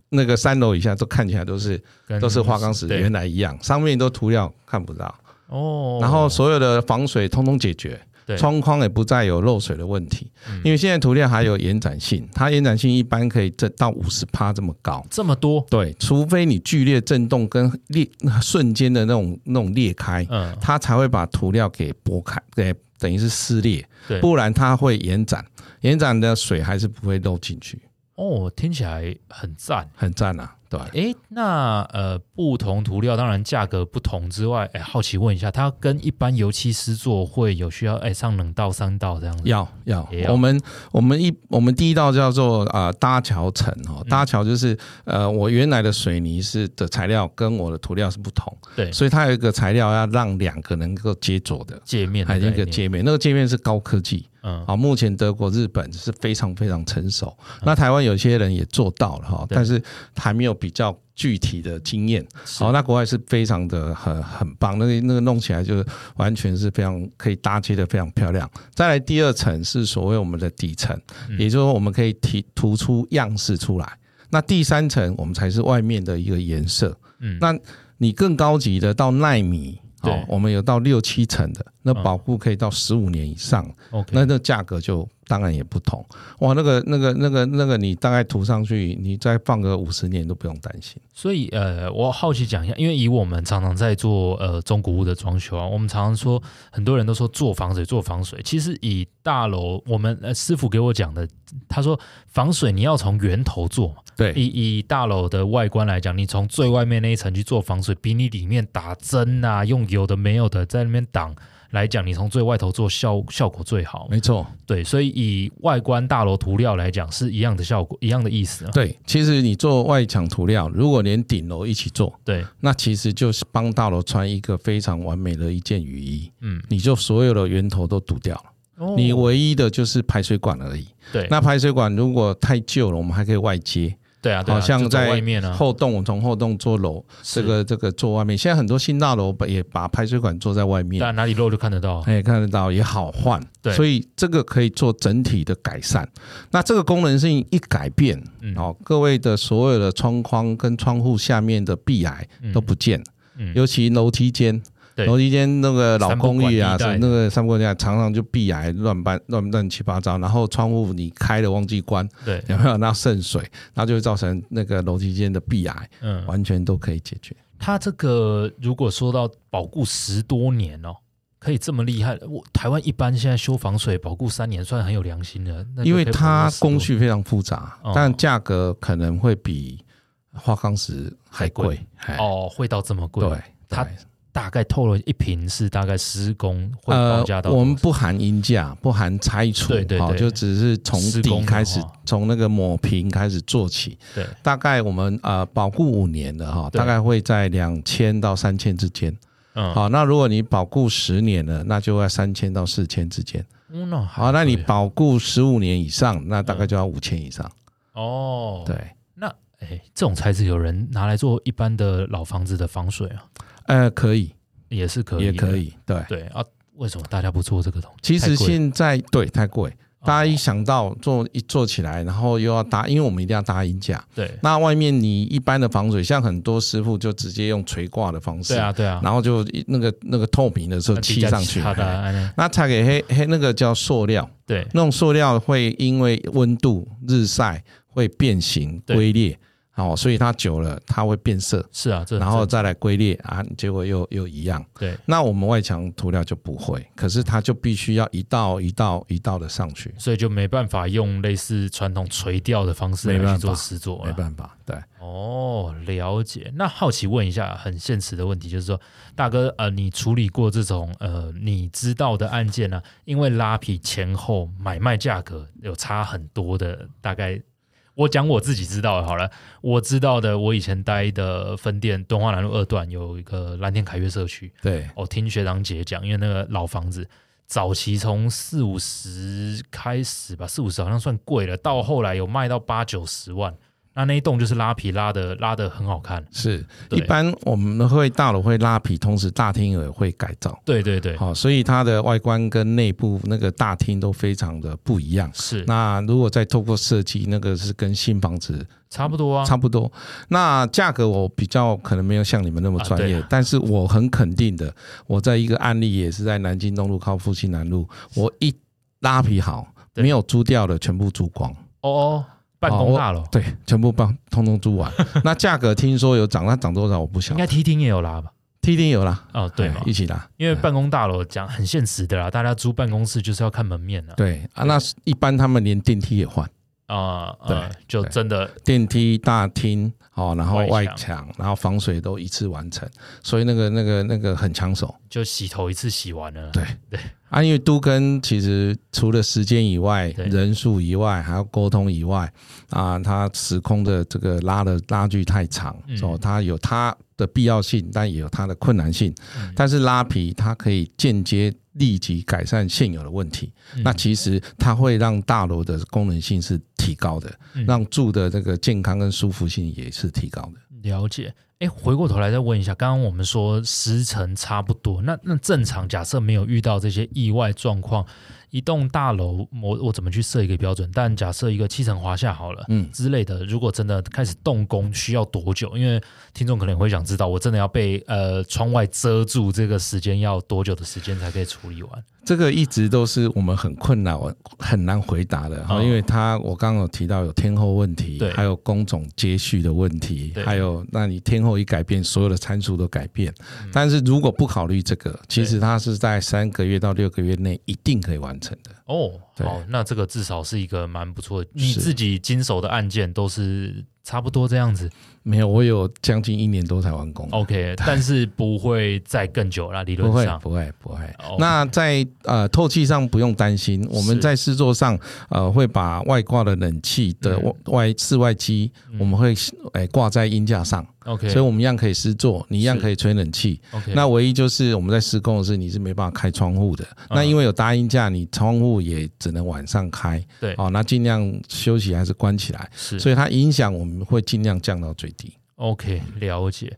Speaker 2: 那个三楼以下都看起来都是
Speaker 1: 跟
Speaker 2: 都是花岗石
Speaker 1: 嗯对
Speaker 2: 原来一样，上面都涂料看不到，
Speaker 1: 哦，
Speaker 2: 然后所有的防水通通解决。
Speaker 1: 对嗯
Speaker 2: 窗框也不再有漏水的问题，因为现在涂料还有延展性，它延展性一般可以这到五十帕这么高，
Speaker 1: 这么多，
Speaker 2: 对，除非你剧烈震动跟裂瞬间的那种那种裂开，
Speaker 1: 嗯，
Speaker 2: 它才会把涂料给剥开，给等于是撕裂，
Speaker 1: 对
Speaker 2: 不然它会延展，延展的水还是不会漏进去，
Speaker 1: 哦，听起来很赞。
Speaker 2: 很赞啊，对吧
Speaker 1: 诶，那呃，不同涂料当然价格不同之外，诶，好奇问一下，它跟一般油漆师做会有需要诶上冷道、三道这样子？
Speaker 2: 要要
Speaker 1: 也，要
Speaker 2: 我们我们一我们第一道叫做呃搭桥层
Speaker 1: 嗯
Speaker 2: 哦，搭桥就是呃我原来的水泥是的材料跟我的涂料是不同，
Speaker 1: 对，
Speaker 2: 所以它有一个材料要让两个能够接着的，
Speaker 1: 界面的
Speaker 2: 还有一
Speaker 1: 概
Speaker 2: 个
Speaker 1: 念
Speaker 2: 界面，那个界面是高科技，
Speaker 1: 嗯，
Speaker 2: 好，目前德国、日本是非常非常成熟，那台湾有些人也做到了哈，
Speaker 1: 对
Speaker 2: 但是还没有比较具体的经验。
Speaker 1: 是
Speaker 2: 好，那国外是非常的很很棒，那个那个弄起来就是完全是非常可以搭接的非常漂亮。再来第二层是所谓我们的底层，
Speaker 1: 嗯
Speaker 2: 也就是说我们可以提突出样式出来。那第三层我们才是外面的一个颜色。
Speaker 1: 嗯
Speaker 2: 那你更高级的到纳米，
Speaker 1: 对
Speaker 2: 哦，我们有到六七层的，那
Speaker 1: 嗯
Speaker 2: 保护可以到十五年以上。
Speaker 1: OK，
Speaker 2: 那那价格就当然也不同。哇，那个那个那个那个，你大概涂上去，你再放个五十年都不用担心。
Speaker 1: 所以呃，我好奇讲一下，因为以我们常常在做呃中古屋的装修啊，我们常常说很多人都说做防水做防水，其实以大楼我们呃师傅给我讲的，他说防水你要从源头做嘛，
Speaker 2: 对，
Speaker 1: 以以大楼的外观来讲，你从最外面那一层去做防水，比你里面打针啊，用有的没有的在那边挡来讲，你从最外头做效效果最好嘛。
Speaker 2: 没错，
Speaker 1: 对，所以以外观大楼涂料来讲是一样的效果，一样的意思啊。
Speaker 2: 对。其实你做外墙涂料，如果连顶楼一起做，
Speaker 1: 对，
Speaker 2: 那其实就是帮大楼穿一个非常完美的一件雨衣，
Speaker 1: 嗯，
Speaker 2: 你就所有的源头都堵掉了。你
Speaker 1: 哦
Speaker 2: 唯一的就是排水管而已。
Speaker 1: 对
Speaker 2: 那排水管如果太旧了，我们还可以外接，
Speaker 1: 对啊，对啊
Speaker 2: 好像
Speaker 1: 就走
Speaker 2: 在
Speaker 1: 外面啊，
Speaker 2: 后洞，我们从后洞做楼，
Speaker 1: 是
Speaker 2: 这个这个做外面。现在很多新大楼也把排水管做在外面，
Speaker 1: 啊但哪里漏就看得到。
Speaker 2: 哎，看得到也好换，
Speaker 1: 哦对
Speaker 2: 所以这个可以做整体的改善。那这个功能性一改变，
Speaker 1: 嗯
Speaker 2: 哦，各位的所有的窗框跟窗户下面的壁癌都不见了，
Speaker 1: 嗯
Speaker 2: 尤其楼梯间。
Speaker 1: 对
Speaker 2: 楼梯间那个老公寓
Speaker 1: 三不管地
Speaker 2: 啊，
Speaker 1: 带
Speaker 2: 那个三不管地带常常就壁癌乱搬乱乱七八糟，然后窗户你开了忘记关，
Speaker 1: 对，
Speaker 2: 有没有？那渗水，那就会造成那个楼梯间的壁癌，
Speaker 1: 嗯，
Speaker 2: 完全都可以解决。
Speaker 1: 它这个如果说到保固十多年哦，可以这么厉害，我台湾一般现在修防水保固三年算很有良心的，那就
Speaker 2: 因为
Speaker 1: 可以保护
Speaker 2: 它
Speaker 1: 10多
Speaker 2: 工序非常复杂
Speaker 1: 哦，
Speaker 2: 但价格可能会比花岗石还贵。哎，
Speaker 1: 哦会到这么贵，
Speaker 2: 对，
Speaker 1: 它
Speaker 2: 对
Speaker 1: 大概透了一瓶是大概施工会报
Speaker 2: 呃
Speaker 1: 价，到多少、
Speaker 2: 我们不含阴架，不含拆除，
Speaker 1: 对对
Speaker 2: 好
Speaker 1: 对
Speaker 2: 就只是从
Speaker 1: 施工
Speaker 2: 底
Speaker 1: 的
Speaker 2: 开始
Speaker 1: 话，
Speaker 2: 从那个抹平开始做起。
Speaker 1: 对
Speaker 2: 大概我们呃保固五年的哈，
Speaker 1: 对
Speaker 2: 大概会在两千到三千之间。
Speaker 1: 嗯
Speaker 2: 好，那如果你保固十年了，那就在三千到四千之间。
Speaker 1: 嗯那还
Speaker 2: 好，那你
Speaker 1: 可以嗯
Speaker 2: 保固十五年以上，那大概就要五千以上。
Speaker 1: 哦
Speaker 2: 对，
Speaker 1: 那哎这种材质有人拿来做一般的老房子的防水啊，
Speaker 2: 呃，可以，
Speaker 1: 也是可以
Speaker 2: 也
Speaker 1: 的
Speaker 2: 可以，对。
Speaker 1: 对啊，为什么大家不做这个东西？
Speaker 2: 哎其实
Speaker 1: 太贵
Speaker 2: 现在对太贵，
Speaker 1: 哦
Speaker 2: 大家一想到做一做起来，然后又要搭，因为我们一定要搭银架。
Speaker 1: 对
Speaker 2: 那外面你一般的防水，像很多师傅就直接用垂挂的方式，
Speaker 1: 对啊对啊，
Speaker 2: 然后就一那个那个透明的时候
Speaker 1: 那
Speaker 2: 砌
Speaker 1: 比较
Speaker 2: 上去。哎
Speaker 1: 差的啊安呢
Speaker 2: 那它给黑黑那个叫塑料，
Speaker 1: 对
Speaker 2: 那种塑料会因为温度、日晒会变形
Speaker 1: 对
Speaker 2: 龟裂，哦，所以它久了它会变色，
Speaker 1: 是啊，这
Speaker 2: 然后再来龟裂啊，结果又又一样。
Speaker 1: 对，
Speaker 2: 那我们外墙涂料就不会，可是它就必须要一道一道一道的上去，
Speaker 1: 所以就没办法用类似传统垂钓的方式
Speaker 2: 没
Speaker 1: 来
Speaker 2: 办
Speaker 1: 去做
Speaker 2: 法哎
Speaker 1: 实作
Speaker 2: 没
Speaker 1: 了。
Speaker 2: 办法，对。
Speaker 1: 哦，了解。那好奇问一下，很现实的问题，就是说，大哥，呃，你处理过这种呃你知道的案件呢、因为拉皮前后买卖价格有差很多的，大概。我讲我自己知道的好了，我知道的，我以前待的分店东华南路二段有一个蓝天凯悦社区，
Speaker 2: 对，
Speaker 1: 我哦听学长姐讲，因为那个老房子早期从四五十开始吧，四五十好像算贵了，到后来有卖到八九十万。那那一栋就是拉皮拉的拉的很好看，
Speaker 2: 是
Speaker 1: 对
Speaker 2: 一般我们会大楼会拉皮，同时大厅也会改造，
Speaker 1: 对对对，
Speaker 2: 好、所以它的外观跟内部那个大厅都非常的不一样。
Speaker 1: 是
Speaker 2: 那如果再透过设计，那个是跟新房子
Speaker 1: 差不多啊，
Speaker 2: 差不多。那价格我比较可能没有像你们那么专业，
Speaker 1: 啊对啊
Speaker 2: 但是我很肯定的，我在一个案例也是在南京东路靠复兴南路，我一拉皮好，
Speaker 1: 对
Speaker 2: 没有租掉的全部租光，
Speaker 1: 哦哦，办公大楼、
Speaker 2: 对，全部帮通 通租完。那价格听说有涨，那涨多少我不晓
Speaker 1: 应
Speaker 2: 得
Speaker 1: 该。梯厅也有拉吧？
Speaker 2: T D 有啦，
Speaker 1: 哦，对
Speaker 2: 哎
Speaker 1: 嘛，
Speaker 2: 一起啦。
Speaker 1: 因为办公大楼讲很现实的啦，大家租办公室就是要看门面的
Speaker 2: 对啊，那一般他们连电梯也换，
Speaker 1: 啊，呃，就
Speaker 2: 对
Speaker 1: 真的
Speaker 2: 电梯、大厅哦，然后
Speaker 1: 外
Speaker 2: 外
Speaker 1: 墙
Speaker 2: 墙，然后防水都一次完成，所以那个那个那个很抢手。
Speaker 1: 就洗头一次洗完了，
Speaker 2: 对啊，因为都跟其实除了时间以外、
Speaker 1: 对
Speaker 2: 人数以外，还有沟通以外，啊，它时空的这个拉的拉距太长，
Speaker 1: 嗯
Speaker 2: 哦，它有
Speaker 1: 嗯
Speaker 2: 它的必要性，但也有它的困难性。但是拉皮它可以间接立即改善现有的问题。
Speaker 1: 嗯
Speaker 2: 那其实它会让大楼的功能性是提高的，
Speaker 1: 嗯
Speaker 2: 让住的这个健康跟舒服性也是提高的。
Speaker 1: 了解。哎，回过头来再问一下，刚刚我们说时程差不多，那那正常假设没有遇到这些意外状况，一栋大楼我我怎么去设一个标准？但假设一个七层华夏好了，
Speaker 2: 嗯
Speaker 1: 之类的，如果真的开始动工需要多久？因为听众可能也会想知道，我真的要被呃窗外遮住这个时间要多久的时间才可以处理完？
Speaker 2: 这个一直都是我们很困扰、很难回答的哈，
Speaker 1: 哦
Speaker 2: 因为它我刚刚有提到有天候问题
Speaker 1: 对，
Speaker 2: 还有工种接续的问题
Speaker 1: 对，
Speaker 2: 还有那你天候一改变，所有的参数都改变。
Speaker 1: 嗯
Speaker 2: 但是如果不考虑这个，其实它是在三个月到六个月内一定可以完成的。
Speaker 1: 哦，
Speaker 2: 对
Speaker 1: 好，那这个至少是一个蛮不错的。你
Speaker 2: 是
Speaker 1: 自己经手的案件都是差不多这样子
Speaker 2: 没有，我有将近一年多才完工。
Speaker 1: ，OK，但是不会再更久啦，哦理
Speaker 2: 不
Speaker 1: 论
Speaker 2: 会
Speaker 1: 上，
Speaker 2: 不会不会
Speaker 1: 哦。
Speaker 2: 那在呃透气上不用担心，我们
Speaker 1: 是
Speaker 2: 在试座上呃会把外挂的冷气的
Speaker 1: 嗯
Speaker 2: 外室外机，我们会哎挂在音架上，
Speaker 1: OK，
Speaker 2: 所以我们一样可以施作，你一样
Speaker 1: 是
Speaker 2: 可以吹冷气。
Speaker 1: OK，
Speaker 2: 那唯一就是我们在施工的是你是没办法开窗户的，
Speaker 1: 嗯
Speaker 2: 那因为有搭音架，你窗户也只能晚上开。
Speaker 1: 对
Speaker 2: 哦，那尽量休息还是关起来，
Speaker 1: 是，
Speaker 2: 所以它影响我们会尽量降到最低。
Speaker 1: OK，了解。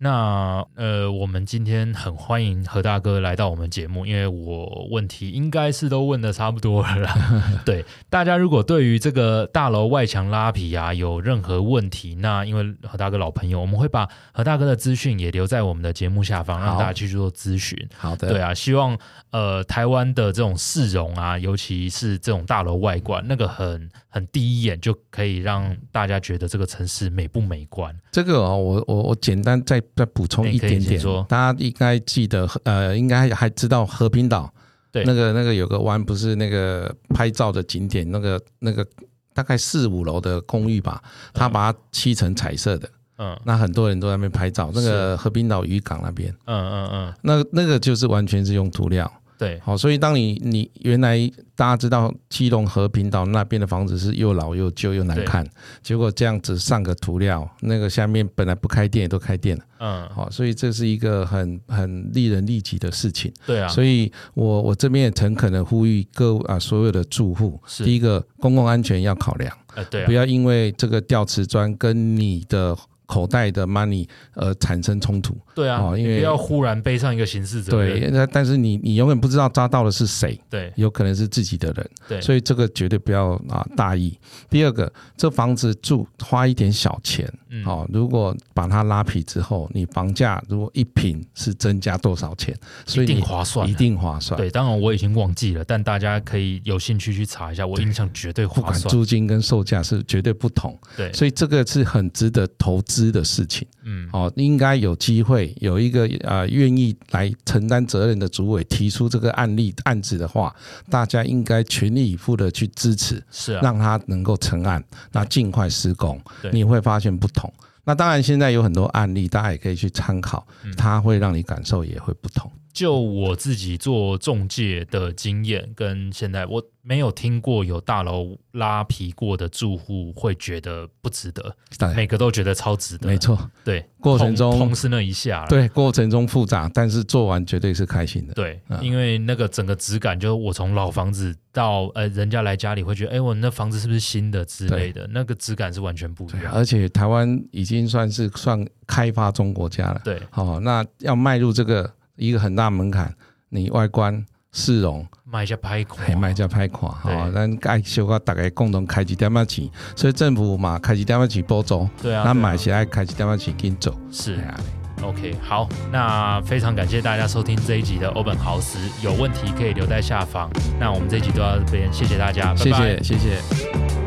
Speaker 1: 那呃，我们今天很欢迎何大哥来到我们节目，因为我问题应该是都问的差不多了 啦。对，大家如果对于这个大楼外墙拉皮啊有任何问题，那因为何大哥老朋友，我们会把何大哥的资讯也留在我们的节目下方，让
Speaker 2: 好
Speaker 1: 大家去做咨询。
Speaker 2: 好的，
Speaker 1: 对啊，希望呃台湾的这种市容啊，尤其是这种大楼外观，那个很很第一眼就可以让大家觉得这个城市美不美观。
Speaker 2: 这个哦，我我我简单再再补充一点
Speaker 1: 哎可以请
Speaker 2: 点
Speaker 1: 说，
Speaker 2: 大家应该记得，呃，应该还知道和平岛，
Speaker 1: 对
Speaker 2: 那个那个有个湾，不是那个拍照的景点，那个那个大概四五楼的公寓吧，它把它漆成彩色的，
Speaker 1: 嗯
Speaker 2: 那很多人都在那边拍照，那
Speaker 1: 是
Speaker 2: 个和平岛渔港那边，
Speaker 1: 嗯嗯嗯，
Speaker 2: 那那个就是完全是用涂料。
Speaker 1: 对，
Speaker 2: 好，所以当你你原来大家知道基隆和平岛那边的房子是又老又旧又难
Speaker 1: 对
Speaker 2: 看，结果这样子上个涂料，那个下面本来不开店也都开店了，
Speaker 1: 嗯，
Speaker 2: 好，所以这是一个很很利人利己的事情。
Speaker 1: 对啊，
Speaker 2: 所以我我这边也诚恳的呼吁各位啊所有的住户，
Speaker 1: 是
Speaker 2: 第一个公共安全要考量，
Speaker 1: 呃，对啊，
Speaker 2: 不要因为这个吊瓷砖跟你的口袋的 money 呃产生冲突。
Speaker 1: 对啊，
Speaker 2: 哦因
Speaker 1: 你
Speaker 2: 为
Speaker 1: 不要忽然背上一个刑事责任，
Speaker 2: 对，那但是你你永远不知道扎到的是谁，
Speaker 1: 对
Speaker 2: 有可能是自己的人。
Speaker 1: 对，
Speaker 2: 所以这个绝对不要啊大意。第二个，这房子住花一点小钱，
Speaker 1: 嗯
Speaker 2: 好、如果把它拉皮之后，你房价如果一平是增加多少钱，所
Speaker 1: 一
Speaker 2: 以你
Speaker 1: 定划算，啊
Speaker 2: 一。定划算。
Speaker 1: 对，当然我已经忘记了，但大家可以有兴趣去查一下，我印象绝对
Speaker 2: 不
Speaker 1: 划
Speaker 2: 管
Speaker 1: 算。
Speaker 2: 租金跟售价是绝对不同，
Speaker 1: 对，
Speaker 2: 所以这个是很值得投资的事情。
Speaker 1: 嗯，
Speaker 2: 哦，应该有机会有一个呃愿意来承担责任的主委提出这个案例案子的话，大家应该全力以赴的去支持。
Speaker 1: 是啊，
Speaker 2: 让它能够成案，那尽快施工
Speaker 1: 对，
Speaker 2: 你会发现不同。那当然，现在有很多案例，大家也可以去参考，
Speaker 1: 嗯
Speaker 2: 它会让你感受也会不同。
Speaker 1: 就我自己做中介的经验跟现在，我没有听过有大楼拉皮过的住户会觉得不值得，
Speaker 2: 当然，
Speaker 1: 每个都觉得超值得。
Speaker 2: 哎没，错，
Speaker 1: 对，
Speaker 2: 过程中
Speaker 1: 痛痛是那一下啦，
Speaker 2: 对，过程中复杂，但是做完绝对是开心的。
Speaker 1: 对，
Speaker 2: 嗯
Speaker 1: 因为那个整个质感，就是我从老房子到呃，人家来家里会觉得，哎，我那房子是不是新的之类的，那个质感是完全不一
Speaker 2: 对，
Speaker 1: 样。
Speaker 2: 而且台湾已经算是算开发中国家了。
Speaker 1: 对，
Speaker 2: 好、那要迈入这个一个很大门槛，你外观、市容、
Speaker 1: 卖一啊下拍款，
Speaker 2: 嘿，卖家歹看吼
Speaker 1: 对，
Speaker 2: 咱爱小可大家共同开一点仔钱，所以政府嘛开一点仔钱补助，
Speaker 1: 对啊对啊啊
Speaker 2: 咱买起来开一点仔钱紧做，
Speaker 1: 是
Speaker 2: 哎呀
Speaker 1: OK，好，那非常感谢大家收听这一集的欧本豪斯，有问题可以留在下方。那我们这一集都到这边，谢谢大家，拜拜
Speaker 2: 啊谢谢谢谢。